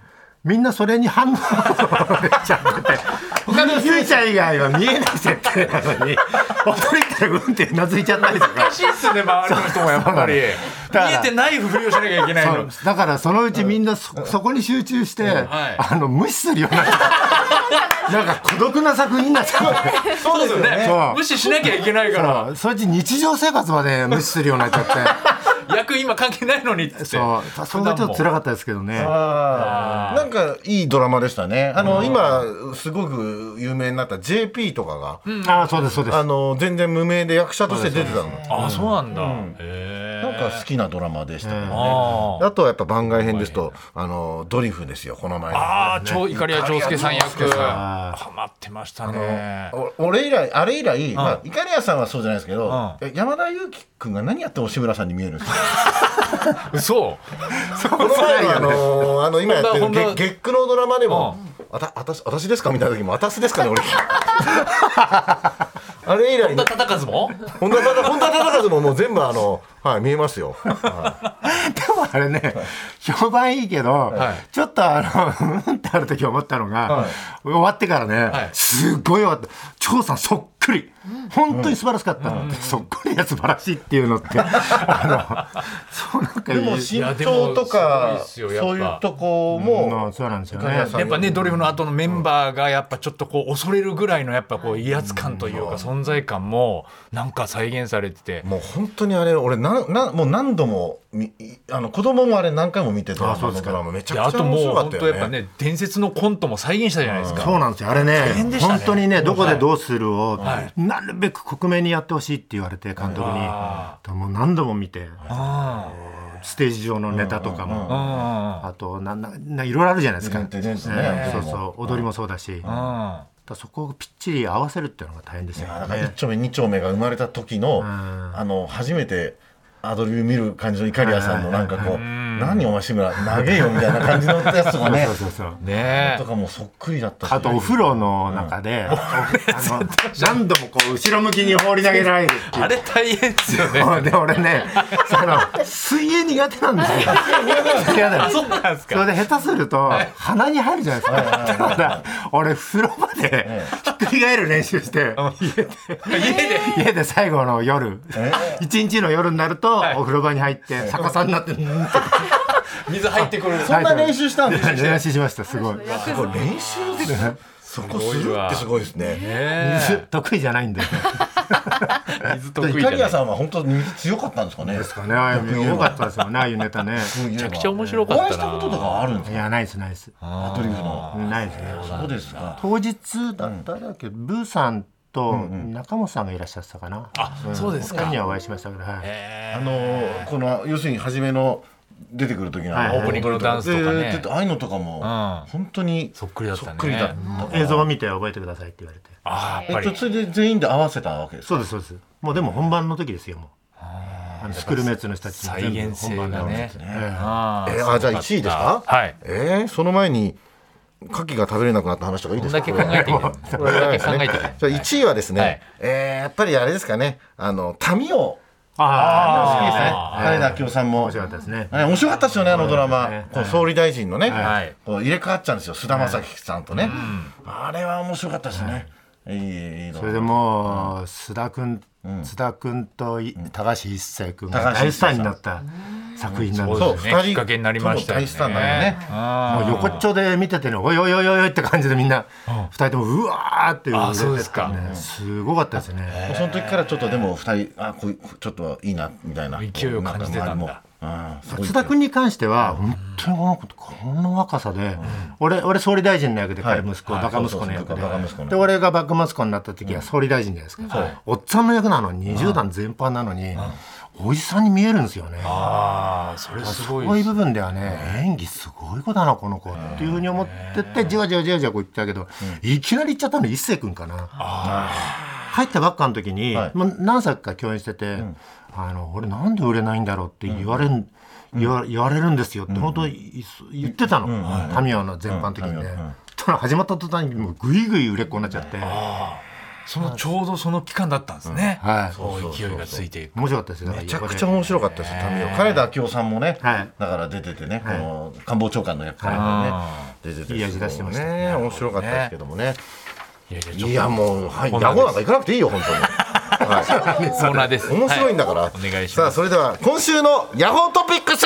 [SPEAKER 3] みんなそれに反応でちゃってて。他のゆいちゃん以外は見えない設定なのに、 [laughs] 踊りってうんってうなずいちゃったりとか
[SPEAKER 2] 難。しいっすね周りの人もやっぱり見
[SPEAKER 3] から
[SPEAKER 2] えてないふりをしなきゃいけないの
[SPEAKER 3] だからそのうちみんなそ,、そこに集中して、
[SPEAKER 2] はい
[SPEAKER 3] あの無視するようにな
[SPEAKER 2] [laughs]
[SPEAKER 3] ったなんか孤独な作品になっちゃう
[SPEAKER 2] そうですよね
[SPEAKER 3] そう
[SPEAKER 2] 無視しなきゃいけないか
[SPEAKER 3] そうそのうち日常生活まで無視するようになっちゃっ
[SPEAKER 2] ら役今関係ないのにっつって
[SPEAKER 3] てそうそれがちょっと辛かったですけどね
[SPEAKER 4] あーなんかいいドラマでしたねあの、今すごく有名になった JP とかが、
[SPEAKER 3] ああそうですそうです
[SPEAKER 4] あの全然無名で役者として出てたの、
[SPEAKER 2] あそうなんだへえ
[SPEAKER 4] なんか好きなドラマでしたよね、
[SPEAKER 2] あー
[SPEAKER 4] あとはやっぱ番外編ですとあのドリフですよこの前の
[SPEAKER 2] あー超怒りや長介さん役
[SPEAKER 4] い
[SPEAKER 3] や
[SPEAKER 2] ハマってましたね
[SPEAKER 4] お俺以来あれ以来、まあ、イカリアさんはそうじゃないですけど、山田裕貴君が何やっても志村さんに見えるんですよ
[SPEAKER 2] 嘘
[SPEAKER 4] [laughs] この前のあのあの今やって
[SPEAKER 2] ほ
[SPEAKER 4] る
[SPEAKER 2] んとほんと
[SPEAKER 4] 月月九のドラマでも「あたあたし私ですか?」みたいな時も「私ですか [laughs] ね俺」あれ以来
[SPEAKER 2] 本田忠和も
[SPEAKER 4] 本田忠本田忠和ももう全部あの、はい、見えますよ。
[SPEAKER 3] でもあれね、評判いいけど、
[SPEAKER 2] い
[SPEAKER 3] ちょっとあの、うんってある時思ったのが、終わってからね、
[SPEAKER 2] はい
[SPEAKER 3] すっごいよかった。張さんそっくり。本当に素晴らしかった、そっくりが素晴らしいっていうのって、あの、そうなんかい
[SPEAKER 4] で
[SPEAKER 3] い。
[SPEAKER 4] も
[SPEAKER 2] い
[SPEAKER 4] 身
[SPEAKER 2] やでも
[SPEAKER 4] 長とか
[SPEAKER 2] す
[SPEAKER 4] そ
[SPEAKER 2] ごいっすよ
[SPEAKER 4] う
[SPEAKER 2] やっぱ
[SPEAKER 4] いうとこ
[SPEAKER 3] う
[SPEAKER 4] も
[SPEAKER 3] ん、そうなんですよ
[SPEAKER 4] イカ
[SPEAKER 3] ね
[SPEAKER 4] リア。さん
[SPEAKER 2] やっぱねドリフの後のメンバーがやっぱちょっとこう恐れるぐらいのやっぱこう威圧感というか存在感もなんか再現されてて
[SPEAKER 4] もう本当にあれ俺ななもう何度もみあの子供もあれ何回も見てたあ
[SPEAKER 3] そうですか
[SPEAKER 4] ドラマめち
[SPEAKER 2] で
[SPEAKER 4] ゃ
[SPEAKER 2] あ
[SPEAKER 4] くちゃ
[SPEAKER 2] と
[SPEAKER 4] 面
[SPEAKER 2] も
[SPEAKER 4] 白
[SPEAKER 2] う
[SPEAKER 4] かっ
[SPEAKER 2] 本
[SPEAKER 4] た
[SPEAKER 2] 当やっ
[SPEAKER 4] よ
[SPEAKER 2] ぱ
[SPEAKER 4] ね。
[SPEAKER 2] ね伝説のコントも再現したじゃないですか
[SPEAKER 3] そうなんですよあれ
[SPEAKER 2] 変
[SPEAKER 3] ね
[SPEAKER 2] でしたね
[SPEAKER 3] 本当にねどこでどうするを、
[SPEAKER 2] はい
[SPEAKER 3] なるべく克明にやってほしいって言われて監督に、
[SPEAKER 2] あ
[SPEAKER 3] もう何度も見て
[SPEAKER 2] あ
[SPEAKER 3] ステージ上のネタとかも、
[SPEAKER 2] ああ
[SPEAKER 3] あとなんなんないろいろあるじゃないですか。
[SPEAKER 4] 全然全然
[SPEAKER 3] ね
[SPEAKER 4] ね
[SPEAKER 3] そうそう踊りもそうだし、だか
[SPEAKER 2] あ
[SPEAKER 3] らそこをぴっちり合わせるっていうのが大変ですよ
[SPEAKER 4] あだから一
[SPEAKER 3] ね。
[SPEAKER 4] 丁目二丁目が生まれた時の、あの初めてアドリブ見る感じのイカリアさんのなんかこう「何お前志村長えよ」みたいな感じのやつとか
[SPEAKER 3] [laughs]
[SPEAKER 4] ね
[SPEAKER 3] そうそうそう。
[SPEAKER 2] ね
[SPEAKER 4] とかもそっくりだったし
[SPEAKER 3] あとお風呂の中で、あの何度もこう後ろ向きに放り投げられるって
[SPEAKER 2] え
[SPEAKER 3] いう。
[SPEAKER 2] あれ大変ですよね
[SPEAKER 3] [laughs] で俺ね、その水泳苦手なんですよ。嫌だよ。
[SPEAKER 2] [laughs] そうなんです
[SPEAKER 3] そ
[SPEAKER 2] か
[SPEAKER 3] れで下手すると鼻に入るじゃないですか。だから俺風呂場でひっくり返る練習して、
[SPEAKER 2] 家で
[SPEAKER 3] 家で最後の夜、一日の夜になる
[SPEAKER 2] い
[SPEAKER 3] とお風呂場に入って逆さになって、うんって
[SPEAKER 2] 水入ってくる
[SPEAKER 4] そんな練習したんですよ
[SPEAKER 3] 練習しましたすごい
[SPEAKER 4] すごい練習ですねそこするってすごいですね
[SPEAKER 2] ね
[SPEAKER 3] 水得意じゃないんで
[SPEAKER 2] え水得意
[SPEAKER 4] イ
[SPEAKER 2] じ
[SPEAKER 4] カ
[SPEAKER 2] ゃ
[SPEAKER 4] リ
[SPEAKER 2] ない
[SPEAKER 4] アさんは本当に強かったんですかね
[SPEAKER 3] ですかねああいうよかったですよねああいうネタね
[SPEAKER 4] めちゃ
[SPEAKER 2] くちゃ面白かったな
[SPEAKER 4] お会いしたこととかあるんです
[SPEAKER 3] い
[SPEAKER 4] か
[SPEAKER 3] やないですないです
[SPEAKER 4] アドリブの
[SPEAKER 3] ないですね
[SPEAKER 4] そうですか
[SPEAKER 3] 当日だったらけど、ブーさんと中本さんがいらっしゃってたかな、
[SPEAKER 2] あそうです
[SPEAKER 3] 他
[SPEAKER 2] か
[SPEAKER 3] に。はお会いしましたけど、はい
[SPEAKER 2] へ
[SPEAKER 4] あのこの要するに初めの出てくる時の
[SPEAKER 3] はいはい
[SPEAKER 2] オープニングのダンスとかね
[SPEAKER 4] でちょっああいうのとかも
[SPEAKER 2] ん
[SPEAKER 4] 本当に
[SPEAKER 2] そっくりだったね
[SPEAKER 4] そっくりだった
[SPEAKER 3] 映像を見て覚えてくださいって言われて
[SPEAKER 2] あーやっぱ
[SPEAKER 4] えっ
[SPEAKER 2] り
[SPEAKER 4] と、それで全員で合わせたわけですか
[SPEAKER 3] そうですそうですもうでも本番の時ですよもうあのスクルメッツの人たちも
[SPEAKER 2] 再
[SPEAKER 3] 全部
[SPEAKER 2] 現性
[SPEAKER 3] 本番
[SPEAKER 2] が
[SPEAKER 3] の
[SPEAKER 2] ね。
[SPEAKER 4] ね
[SPEAKER 2] あ
[SPEAKER 4] えーあじゃあ1位ですか
[SPEAKER 2] はい。
[SPEAKER 4] えー、その前に牡蠣が食べれなくなった話とかいい
[SPEAKER 2] こ
[SPEAKER 4] で
[SPEAKER 2] んだ
[SPEAKER 4] すか
[SPEAKER 2] け考えていい。これだけ考えていい。
[SPEAKER 4] じゃあ1位はですね、
[SPEAKER 2] はい
[SPEAKER 4] えーやっぱりあれですかねあの民を
[SPEAKER 3] ああ
[SPEAKER 4] 好きですね
[SPEAKER 2] [laughs] あ
[SPEAKER 4] 金田明夫さんも
[SPEAKER 3] 面白かったですね
[SPEAKER 4] あれ面白かったですよねあのドラマ、
[SPEAKER 3] ね
[SPEAKER 4] こう総理大臣のね、
[SPEAKER 2] はい
[SPEAKER 4] こう入れ替わっちゃうんですよ菅田将暉さんとね、あれは面白かったですね、いいいいいい
[SPEAKER 3] それでもう須田君、須田君とい高橋一生君が大スターになった作品なんです
[SPEAKER 2] そ
[SPEAKER 3] よ
[SPEAKER 2] うです
[SPEAKER 4] 二
[SPEAKER 2] ね。
[SPEAKER 4] 人
[SPEAKER 2] きっかけになりましたよね。
[SPEAKER 4] とも大スターになるよね
[SPEAKER 2] あ
[SPEAKER 3] もう横っちょで見ててね、おいおいおいおいって感じでみんな、二人ともうわーっていう、
[SPEAKER 2] あそうですか
[SPEAKER 3] ねすごかったですね。
[SPEAKER 4] その時からちょっとでも二人あこうちょっといいなみたいな
[SPEAKER 2] 勢いを感じてたんだ
[SPEAKER 4] なんか周りも
[SPEAKER 3] 津田君に関しては本当にこの子この若さで、俺俺総理大臣の役で彼息子、バカ息子の役で,、で俺がバカ息子になった時は総理大臣じゃないですか、おっさんの役なのに20代全般なのに、おじさんに見えるんですよね
[SPEAKER 2] ああそれすごい
[SPEAKER 3] そういう部分ではね演技すごい子だなこの子っていうふうに思ってってじわじわじわじわこう言ってたけど、いきなり言っちゃったの一星君かな入ったばっかの時に、まあ、何作か共演してて、あの俺なんで売れないんだろうって言われる、言わ言われるんですよって、本当に言ってたの、タミヤの全般的にね。ただ始まった途端にもうぐいぐい売れっ子になっちゃって。
[SPEAKER 2] そのちょうどその期間だったんですね。
[SPEAKER 3] はい。
[SPEAKER 2] そう勢いがついていく。
[SPEAKER 3] 面白かったですよ。
[SPEAKER 4] めちゃくちゃ面白かったですよ。民生金田明夫さんもね、だから出ててね、この官房長官の役からね、出てて。
[SPEAKER 3] いい味出してました
[SPEAKER 4] ね。面白かったですけどもね。
[SPEAKER 2] い
[SPEAKER 4] やもう、はい、野望なんか行かなくていいよ本当に。
[SPEAKER 2] コーナーです。
[SPEAKER 4] 面白いんだから。
[SPEAKER 2] お願いし
[SPEAKER 4] さ
[SPEAKER 2] ま
[SPEAKER 4] あ
[SPEAKER 2] す。
[SPEAKER 4] それでは今週のヤホートピックス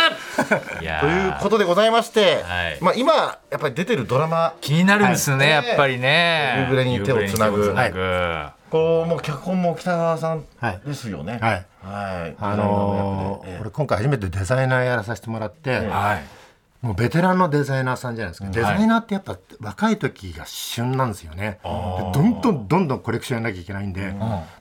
[SPEAKER 2] いや
[SPEAKER 4] という
[SPEAKER 2] ー
[SPEAKER 4] ことでございまして
[SPEAKER 2] はい、
[SPEAKER 4] まあ今やっぱり出てるドラマ
[SPEAKER 2] 気になるんですね、
[SPEAKER 4] はい
[SPEAKER 2] やっぱりね。
[SPEAKER 4] 夕暮れに手をつなぐ
[SPEAKER 2] 夕暮れに手をつなぐ
[SPEAKER 4] こうもう脚本も北川さん
[SPEAKER 3] はい
[SPEAKER 4] ですよ
[SPEAKER 3] は
[SPEAKER 4] ね。
[SPEAKER 3] い
[SPEAKER 4] はい。
[SPEAKER 3] あのー
[SPEAKER 4] ええ
[SPEAKER 3] 俺今回初めてデザイナーやらさせてもらって、
[SPEAKER 2] はい。
[SPEAKER 3] もうベテランのデザイナーさんじゃないですか、デザイナーってやっぱ若い時が旬なんですよね、でどんどんどんどんコレクションやらなきゃいけないんで、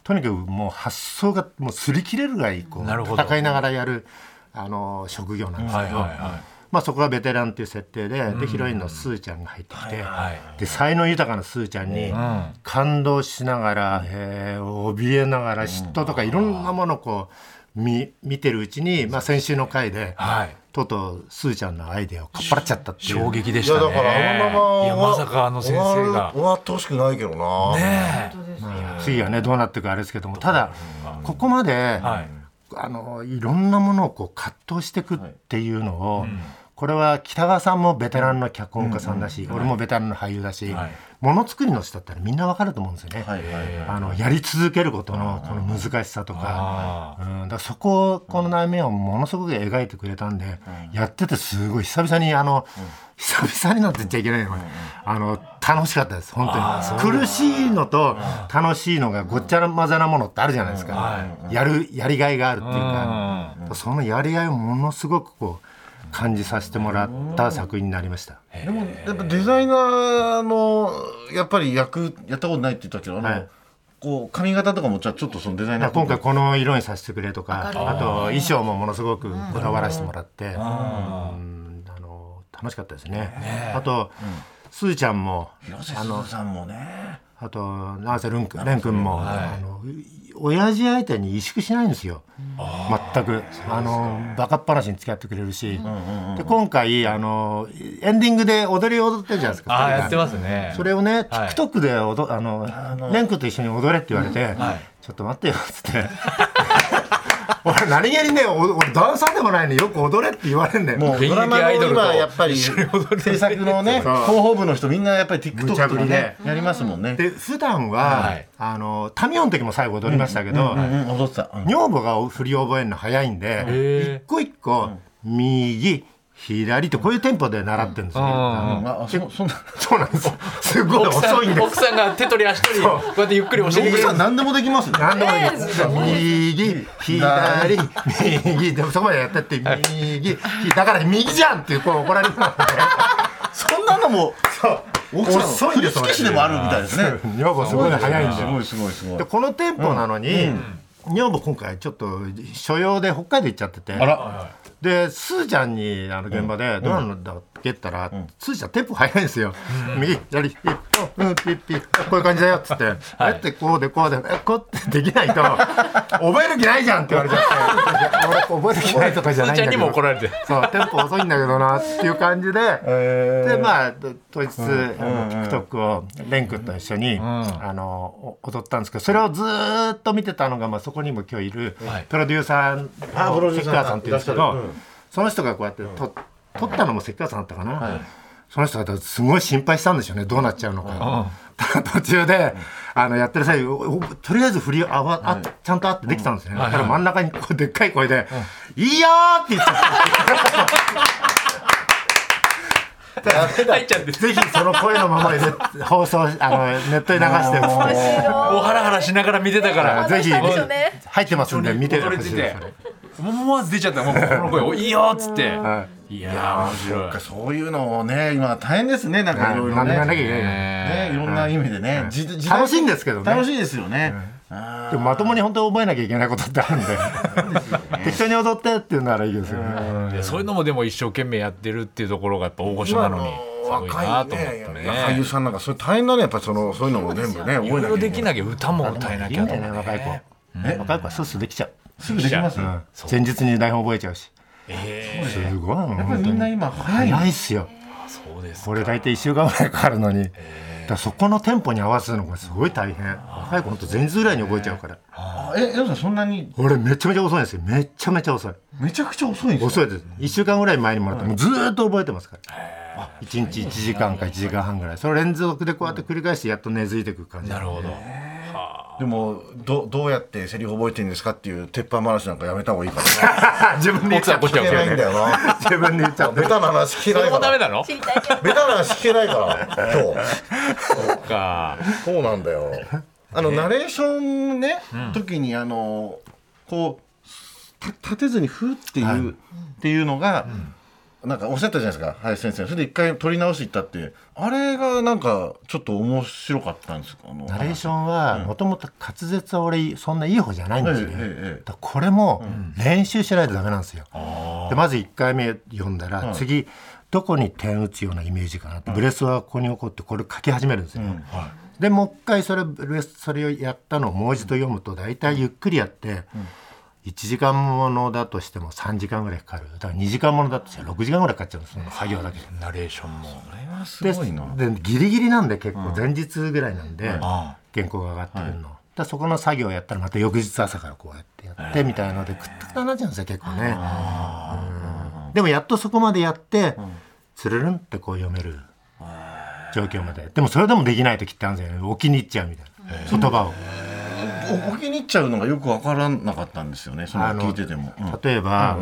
[SPEAKER 3] とにかくもう発想がもう擦り切れるぐらいこう
[SPEAKER 2] なるほど
[SPEAKER 3] 戦いながらやる、あのー職業なんです
[SPEAKER 2] はい
[SPEAKER 3] け
[SPEAKER 2] はい
[SPEAKER 3] ど、
[SPEAKER 2] は
[SPEAKER 3] まあ、そこがベテランっていう設定で,、でヒロインのスーちゃんが入ってきて、
[SPEAKER 2] はい
[SPEAKER 3] で才能豊かなスーちゃんに感動しながら、えー怯えながら嫉妬とかいろんなものをこう見見てるうちに、まあ、先週の回で、
[SPEAKER 2] い。はい。
[SPEAKER 3] とうとうスーちゃんのアイデアをかっぱらっちゃったっていう
[SPEAKER 2] 衝撃で
[SPEAKER 4] い
[SPEAKER 2] した
[SPEAKER 4] や
[SPEAKER 2] ね。
[SPEAKER 4] だからあのまま
[SPEAKER 2] いやまさかあの先生
[SPEAKER 4] 終わ
[SPEAKER 2] が
[SPEAKER 4] る終。わってほしくないけどな。
[SPEAKER 2] ね
[SPEAKER 3] 次はねどうなっていくかあれですけどもただここまで、
[SPEAKER 2] え。はい。
[SPEAKER 3] あのいろんなものをこう葛藤していくっていうのを、これは北川さんもベテランの脚本家さんだし、俺もベテランの俳優だし、
[SPEAKER 2] はい
[SPEAKER 3] ものづくりの人だったらみんなわかると思うんですよね。
[SPEAKER 4] はいはいはい。
[SPEAKER 3] あのやり続けることのこの難しさとか,、うん、だからそこをこの内面をものすごく描いてくれたんで、やっててすごい久々にあの、久々になんて言っちゃいけないの、あの楽しかったです本当に苦しいのと楽しいのがごっちゃ混ぜなものってあるじゃないですか、やるやりがいがあるっていうか、そのやりがいをものすごくこう感じさせてもらった作品になりました。
[SPEAKER 4] でもやっぱデザイナーのやっぱり役やったことないって言ったけど、あの
[SPEAKER 3] はい
[SPEAKER 4] こう髪型とかもじゃあちょっとそのデザイナーっぽ
[SPEAKER 3] 今
[SPEAKER 4] く
[SPEAKER 3] 回この色にさせてくれとかあと衣装もものすごくこだわらせてもらって、うんあの楽しかったですねあと、すーちゃんも
[SPEAKER 4] 広瀬すずさんもね。
[SPEAKER 3] あと永瀬廉君廉君も、あの親父相手に萎縮しないんですよ全くあのバカっ話に付き合ってくれるし、で今回あのエンディングで踊り踊ってるじゃないですか
[SPEAKER 2] ああ
[SPEAKER 3] 二人が
[SPEAKER 2] やってますね。
[SPEAKER 3] それをね、
[SPEAKER 2] はい
[SPEAKER 3] TikTok で踊あのレン君と一緒に踊れって言われて、ちょっと待ってよっつって。 [laughs] 俺何気にねお俺ダンサーでもないのによく踊れって言われんだよ
[SPEAKER 4] もう
[SPEAKER 2] 現
[SPEAKER 4] ドラ
[SPEAKER 2] 役
[SPEAKER 4] マ
[SPEAKER 2] アイド
[SPEAKER 4] の
[SPEAKER 2] ルと
[SPEAKER 4] 今やっぱり
[SPEAKER 2] 一緒に踊る
[SPEAKER 4] 制作のね
[SPEAKER 3] そう
[SPEAKER 4] 広報部の人みんなやっぱり TikTok とか
[SPEAKER 3] むちゃ
[SPEAKER 4] ね
[SPEAKER 3] く
[SPEAKER 4] やりますもんね。
[SPEAKER 3] で普段は、
[SPEAKER 2] はい
[SPEAKER 3] あのタミオの時も最後踊りましたけど、
[SPEAKER 4] うん踊ってた。うん
[SPEAKER 3] 女房が振り覚えるの早いんで
[SPEAKER 2] へー
[SPEAKER 3] 一個一個、右左とこういうテンポで習ってるんですよ、
[SPEAKER 2] うん
[SPEAKER 4] ああそそんな。
[SPEAKER 3] そうなんですすごい
[SPEAKER 2] 奥さん
[SPEAKER 3] 遅いんです
[SPEAKER 2] 奥さんが手取り足取りこうやってゆっくり教えてく
[SPEAKER 4] 奥
[SPEAKER 2] れる
[SPEAKER 4] さん何でもできますね。
[SPEAKER 3] 何でもいい右左右でそこまでやってって右左だから右じゃんっていうこう怒られる
[SPEAKER 4] そんなのも奥さん
[SPEAKER 3] 遅いんです
[SPEAKER 4] 振付師でもあるみたいですね。
[SPEAKER 3] 女房すごい早いんですよ
[SPEAKER 4] ごいすごいすごい
[SPEAKER 3] で。このテンポなのに、女房今回ちょっと所用で北海道行っちゃってて
[SPEAKER 4] あら。
[SPEAKER 3] でスーちゃんにあの現場で「どうなのだ?」って言ったら、スーちゃんテンポ早いんですよ「右左一歩うんピッピッこういう感じだよ」っつって「こうやってこうでこうでえこうってできないと覚える気ないじゃん」って言われちゃって「 [laughs] 俺覚える気ないとかじゃないん
[SPEAKER 2] ちゃ
[SPEAKER 3] だ
[SPEAKER 2] ん
[SPEAKER 3] け
[SPEAKER 2] にも」
[SPEAKER 3] ど
[SPEAKER 2] 怒られて。
[SPEAKER 3] そうテンポ遅いんだけど [laughs] なっていう感じで、でまあと当日、あの TikTok をレン君と一緒に、あのお踊ったんですけどそれをずーっと見てたのが、まあ、そこにも今日いる、
[SPEAKER 2] はい
[SPEAKER 3] プロデューサー
[SPEAKER 4] あプロ
[SPEAKER 3] の関
[SPEAKER 4] デューサー
[SPEAKER 3] 川さんっていうんですけど、
[SPEAKER 4] いらっしゃるうん
[SPEAKER 3] その人がこうやってと撮ったのも関川さんだったかな。その人がすごい心配したんでしょうねどうなっちゃうのか、 [laughs] 途中であのやってる際おとりあえず振りあわあ、ちゃんとあってできたんですよね、だから真ん中にこうでっかい声で「いいよ!」って言って
[SPEAKER 2] 入っちゃって。
[SPEAKER 3] ぜひその声のままでね放送あのネットに流してます
[SPEAKER 2] おハラハラしながら見てたから。
[SPEAKER 3] ぜひ
[SPEAKER 2] もう
[SPEAKER 3] 入ってますんで見て
[SPEAKER 2] 踊
[SPEAKER 3] ほ
[SPEAKER 2] れ
[SPEAKER 3] していで
[SPEAKER 2] て
[SPEAKER 3] す。
[SPEAKER 2] 思わず出ちゃったもう心の声お「いいよ」っつって、、
[SPEAKER 3] はい
[SPEAKER 2] やー面
[SPEAKER 4] なんかそういうのをね今大変ですねなんかいろいろ
[SPEAKER 3] 何
[SPEAKER 4] ね
[SPEAKER 3] やんなきゃいけ
[SPEAKER 2] 白い、
[SPEAKER 3] ない
[SPEAKER 2] ね
[SPEAKER 4] ねいろんな意味でねじ時代
[SPEAKER 3] 楽しいんですけどね
[SPEAKER 4] 楽しいですよねあー
[SPEAKER 3] でもまともに本当に覚えなきゃいけないことってあるんで適当に踊ってっていうならいいですよね
[SPEAKER 2] いやそういうのもでも一生懸命やってるっていうところがやっぱ大御所な
[SPEAKER 4] 今
[SPEAKER 2] の
[SPEAKER 4] の
[SPEAKER 2] にすごいな
[SPEAKER 4] 若
[SPEAKER 2] と
[SPEAKER 4] い
[SPEAKER 2] 思った
[SPEAKER 4] ね俳優
[SPEAKER 2] ね。
[SPEAKER 4] さんなんかそれ大変だねやっぱそのそういうのも全部ね
[SPEAKER 2] いろ
[SPEAKER 4] 覚え
[SPEAKER 2] い
[SPEAKER 4] なきゃ
[SPEAKER 2] ろで
[SPEAKER 4] いけない
[SPEAKER 2] きなきゃ歌も歌えなきゃと
[SPEAKER 3] いいんだ
[SPEAKER 2] 思
[SPEAKER 3] よ
[SPEAKER 2] って
[SPEAKER 3] ね若い
[SPEAKER 2] ね。
[SPEAKER 3] 子、若い子はスースーできちゃう、
[SPEAKER 4] すぐできます
[SPEAKER 2] う
[SPEAKER 4] よ
[SPEAKER 2] ん
[SPEAKER 4] やっ
[SPEAKER 3] 前日に台本覚えちゃうし
[SPEAKER 2] え
[SPEAKER 3] すごいもう
[SPEAKER 4] ぱ
[SPEAKER 3] 本
[SPEAKER 4] り
[SPEAKER 3] 当
[SPEAKER 4] みんな
[SPEAKER 3] に
[SPEAKER 4] 今早い
[SPEAKER 3] 早いっすよ
[SPEAKER 2] ーそうですか
[SPEAKER 3] これ大体1週間ぐらいかかるのに、だからそこのテンポに合わせるのがすごい大変若い子ほんと前日ぐらいに覚えちゃうから
[SPEAKER 4] あえエドさんそんなに
[SPEAKER 3] 俺めちゃめちゃ遅いんですよめちゃめちゃ遅い
[SPEAKER 4] めちゃくちゃ遅いんです
[SPEAKER 3] 遅いです1週間ぐらい前にもらってもうずーっと覚えてますから1日1時間か1時間半ぐらいそれ連続でこうやって繰り返してやっと根付いてくる感じ
[SPEAKER 2] なるほど。
[SPEAKER 4] でもどどうやってセリフ覚えてるんですかっていう鉄板話なんかやめた方がいいから
[SPEAKER 3] 自分で言っちゃう
[SPEAKER 2] こっちはこっ
[SPEAKER 4] 聞け
[SPEAKER 2] ち
[SPEAKER 4] ない
[SPEAKER 2] は。
[SPEAKER 4] んだよな
[SPEAKER 3] 自分で言っちゃ
[SPEAKER 2] [laughs]
[SPEAKER 3] う
[SPEAKER 4] ベタな話聞け
[SPEAKER 2] そ
[SPEAKER 4] な
[SPEAKER 2] れ
[SPEAKER 4] いか
[SPEAKER 2] もダメ
[SPEAKER 4] ら
[SPEAKER 2] なの？
[SPEAKER 4] ベタな話聞けないから今日
[SPEAKER 2] か。
[SPEAKER 4] そうなんだ [laughs] よ。あのナレーションのね、時にあのこうた立てずにふーっていう、っていうのが、なんかおっしゃったじゃないですか林先生それで一回撮り直していったってあれがなんかちょっと面白かったんですあの
[SPEAKER 3] [laughs] ナレーションはもともと滑舌は俺そんないい方じゃないんですよ、ね
[SPEAKER 4] ええええ
[SPEAKER 3] だからこれも練習しないとダメなんですよ、でまず1回目読んだら、次どこに点打つようなイメージかなって、ブレスはここに起こってこれ書き始めるんですよ、でもう一回それブレスそれをやったのをもう一度読むと大体ゆっくりやって、1時間ものだとしても3時間ぐらいかかるだから2時間ものだとしても6時間ぐらいかかっちゃうんですその作業だけで
[SPEAKER 2] ナレーションも。
[SPEAKER 4] あれはす
[SPEAKER 3] で
[SPEAKER 4] ごいな。
[SPEAKER 3] でギリギリなんで結構前日ぐらいなんで、
[SPEAKER 2] あ
[SPEAKER 3] 原稿が上がってくるの、でそこの作業をやったらまた翌日朝からこうやってやってみたいのでくったくたになっちゃうんですよ結構ね、うんでもやっとそこまでやって、つるるんってこう読める状況まででもそれでもできない時ってあるんですよねお気に入っちゃうみたいな言葉を。
[SPEAKER 4] おお気に入っちゃうのがよくわからなかったんですよね。その
[SPEAKER 3] あの
[SPEAKER 4] 聞いてても。うん
[SPEAKER 3] 例えば、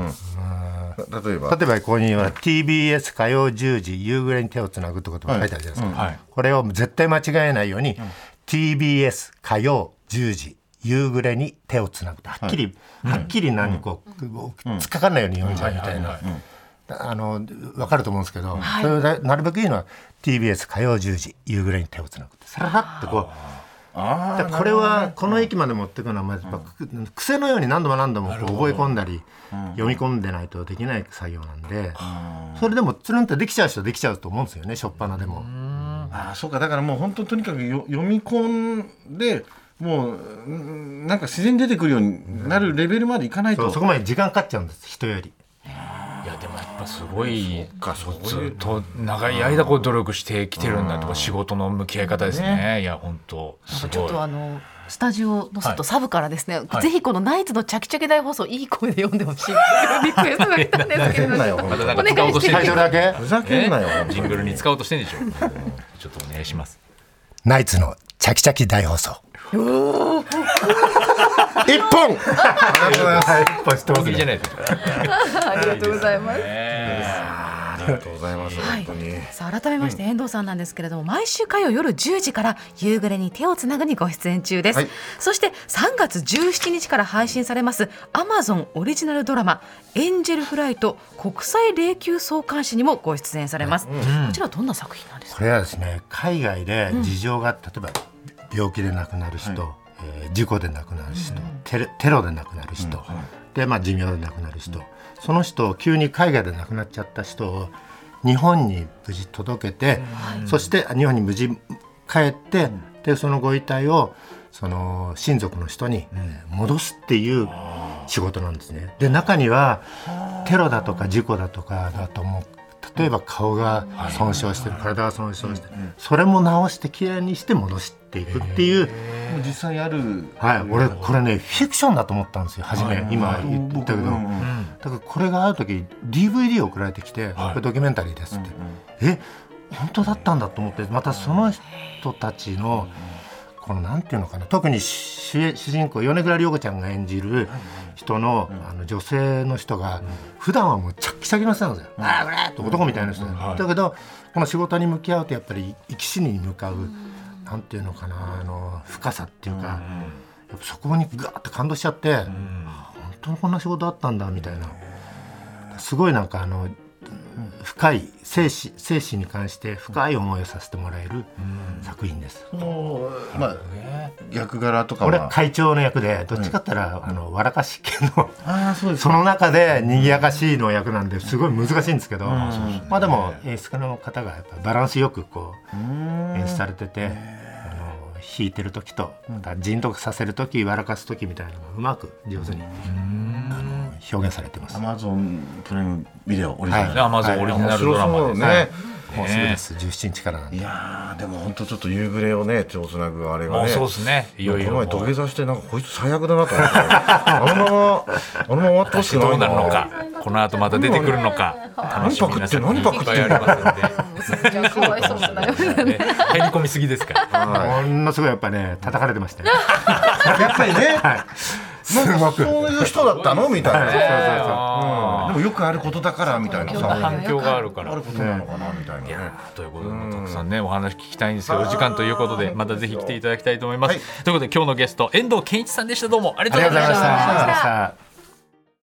[SPEAKER 4] た例えば
[SPEAKER 3] 例えばここには TBS 火曜10時夕暮れに手をつなぐってことが書いてあるじゃないですか、
[SPEAKER 2] んはい
[SPEAKER 3] これを絶対間違えないように、TBS 火曜10時夕暮れに手をつなぐってはっきり、はっきり何こう、突っかかんないように読んじゃうみたいな、あの分かると思うんですけど、それをなるべくいいのは TBS 火曜10時夕暮れに手をつなぐってさらっとこう。
[SPEAKER 4] あ
[SPEAKER 3] だからこれはこの駅まで持ってくのはまあやっぱく癖のように何度も何度もこう覚え込んだり読み込んでないとできない作業なんでそれでもつるんってできちゃう人はできちゃうと思うんですよね初っ端でも
[SPEAKER 4] ああそうかだからもう本当とにかくよ読み込んでもううんなんか自然に出てくるようになるレベルまでいかない
[SPEAKER 3] そ
[SPEAKER 4] と
[SPEAKER 3] うそこまで時間かかっちゃうんです人より
[SPEAKER 2] あ。いやでもやっぱすごい。ずっと長い間こう努力してきてるんだとか仕事の向き合い方ですね。いや本当す
[SPEAKER 5] ちょ
[SPEAKER 2] ご
[SPEAKER 5] っ
[SPEAKER 2] い。
[SPEAKER 5] とあのスタジオの
[SPEAKER 2] はい
[SPEAKER 5] 外サブからですね、
[SPEAKER 2] はい
[SPEAKER 5] ぜひこのナイツのチャキチャキ大放送いい声で読んでほしいっていうリクエストが来たんですけれど
[SPEAKER 4] 変なよ
[SPEAKER 5] も
[SPEAKER 4] 本
[SPEAKER 2] ま
[SPEAKER 4] 当
[SPEAKER 2] たなんか使おうとしてる
[SPEAKER 3] 最
[SPEAKER 2] でし
[SPEAKER 3] 初
[SPEAKER 2] ょ
[SPEAKER 3] だけ
[SPEAKER 4] ふざけんなよ
[SPEAKER 2] え
[SPEAKER 4] 本当
[SPEAKER 2] ジングルに使おうとしてんでし
[SPEAKER 4] [laughs]
[SPEAKER 2] ょ。ちょっとお願いします。
[SPEAKER 3] ナイツのチャキチャキ大放送 [laughs] 一本
[SPEAKER 4] ありがとうございます
[SPEAKER 3] はい一本してま
[SPEAKER 2] 大
[SPEAKER 3] す
[SPEAKER 2] 喜利じゃ
[SPEAKER 3] ね
[SPEAKER 2] ないですか。
[SPEAKER 5] ありがとうございます。
[SPEAKER 4] ありがとうございます本当に
[SPEAKER 5] さあ改めまして遠藤さんなんですけれども、毎週火曜夜10時から夕暮れに手をつなぐにご出演中です、
[SPEAKER 4] はい
[SPEAKER 5] そして3月17日から配信されます Amazon オリジナルドラマエンジェルフライト国際霊柩相関誌にもご出演されます、こちらはどんな作品なんですか
[SPEAKER 3] これはですね海外で事情が、例えば病気で亡くなる人、えー事故で亡くなる人、テロテロで亡くなる人、で、まあ、寿命で亡くなる人、その人を急に海外で亡くなっちゃった人を日本に無事届けて、そして日本に無事帰って、でそのご遺体をその親族の人にえー戻すっていう仕事なんですね。で中にはテロだとか事故だとかだともう例えば顔が損傷してる体が損傷してるそれも直してきれいにして戻していくっていう、
[SPEAKER 4] もう実際ある
[SPEAKER 3] はい、俺これねフィクションだと思ったんですよ初め今言ったけど
[SPEAKER 4] う
[SPEAKER 3] だ
[SPEAKER 4] んうん
[SPEAKER 3] からこれがある時 DVD 送られてきて「これドキュメンタリーです」ってえ本当だったんだと思ってまたその人たちのこのなんていうのかな特に主主人公米倉涼子ちゃんが演じる人のあの女性の人が普段はもうチャッキチャキの人なんですよ。ああこれと男みたいな人だけどこの仕事に向き合うとやっぱり生き死にに向かうなんていうのかなあの深さっていうかやっぱそこにガーッと感動しちゃって本当にこんな仕事あったんだみたいなすごいなんかあの深い生死生死に関して深い思いをさせてもらえる作品です。
[SPEAKER 4] まあ役柄とか
[SPEAKER 3] 俺
[SPEAKER 4] は
[SPEAKER 3] は会長の役でどっちかって言ったら、あの笑かし系の
[SPEAKER 4] ああそうです
[SPEAKER 3] その中で賑やかしいの役なんですごい難しいんですけど、まあでも演出家の方がやっぱバランスよくこう演出されてて、あの弾いてる時とまた人徳させる時笑かす時みたいなのがうまく上手に、あの表現されてます。
[SPEAKER 4] アマゾンプライムビデオオリジナル、
[SPEAKER 2] アマゾンオリジナルドラマ
[SPEAKER 4] 面白そう
[SPEAKER 2] です
[SPEAKER 4] ね、
[SPEAKER 2] ね。
[SPEAKER 3] もうすぐです17日からなんで
[SPEAKER 4] いやーでも本当ちょっと夕暮れをね手をつなぐあれが
[SPEAKER 2] もう
[SPEAKER 4] ね
[SPEAKER 2] そうですね。いよいよ
[SPEAKER 4] こ
[SPEAKER 2] もう
[SPEAKER 4] の前土下座してなんかこいつ最悪だなと
[SPEAKER 2] [laughs]
[SPEAKER 4] 思ってあのままあのまま終わってほしくない
[SPEAKER 2] どうなるのか、この後また出てくるのか、楽しみなさい
[SPEAKER 4] 何パクって
[SPEAKER 2] いっ
[SPEAKER 4] 何
[SPEAKER 2] ぱい
[SPEAKER 4] パ
[SPEAKER 2] あ [laughs]
[SPEAKER 5] じゃあかわいそうだな
[SPEAKER 2] りますんで、ね入り込みすぎですから。
[SPEAKER 3] ものすごいやっぱね叩かれてましたよ。
[SPEAKER 4] やっぱりね
[SPEAKER 3] はい、す
[SPEAKER 4] なん
[SPEAKER 3] ご
[SPEAKER 4] か
[SPEAKER 3] く。
[SPEAKER 4] そういう人だったのみたいな、
[SPEAKER 3] はいそうそうそう
[SPEAKER 2] あ
[SPEAKER 4] でもよくあることだからみたいな
[SPEAKER 2] ー
[SPEAKER 4] さ
[SPEAKER 2] [laughs] 反響があるか
[SPEAKER 4] あ
[SPEAKER 2] ら
[SPEAKER 4] る。ことなのかなみたいなね
[SPEAKER 2] いやーということで、たくさんね、お話聞きたいんですけど、お時間ということで、またぜひ来ていただきたいと思います。
[SPEAKER 4] はい
[SPEAKER 2] ということで、今日のゲスト、遠藤健一さんでした。どうもありが
[SPEAKER 3] あ
[SPEAKER 2] とう
[SPEAKER 3] りが
[SPEAKER 2] ご
[SPEAKER 3] とうご
[SPEAKER 2] ざい
[SPEAKER 3] ざい
[SPEAKER 2] ま
[SPEAKER 3] ま
[SPEAKER 2] し。
[SPEAKER 3] したた。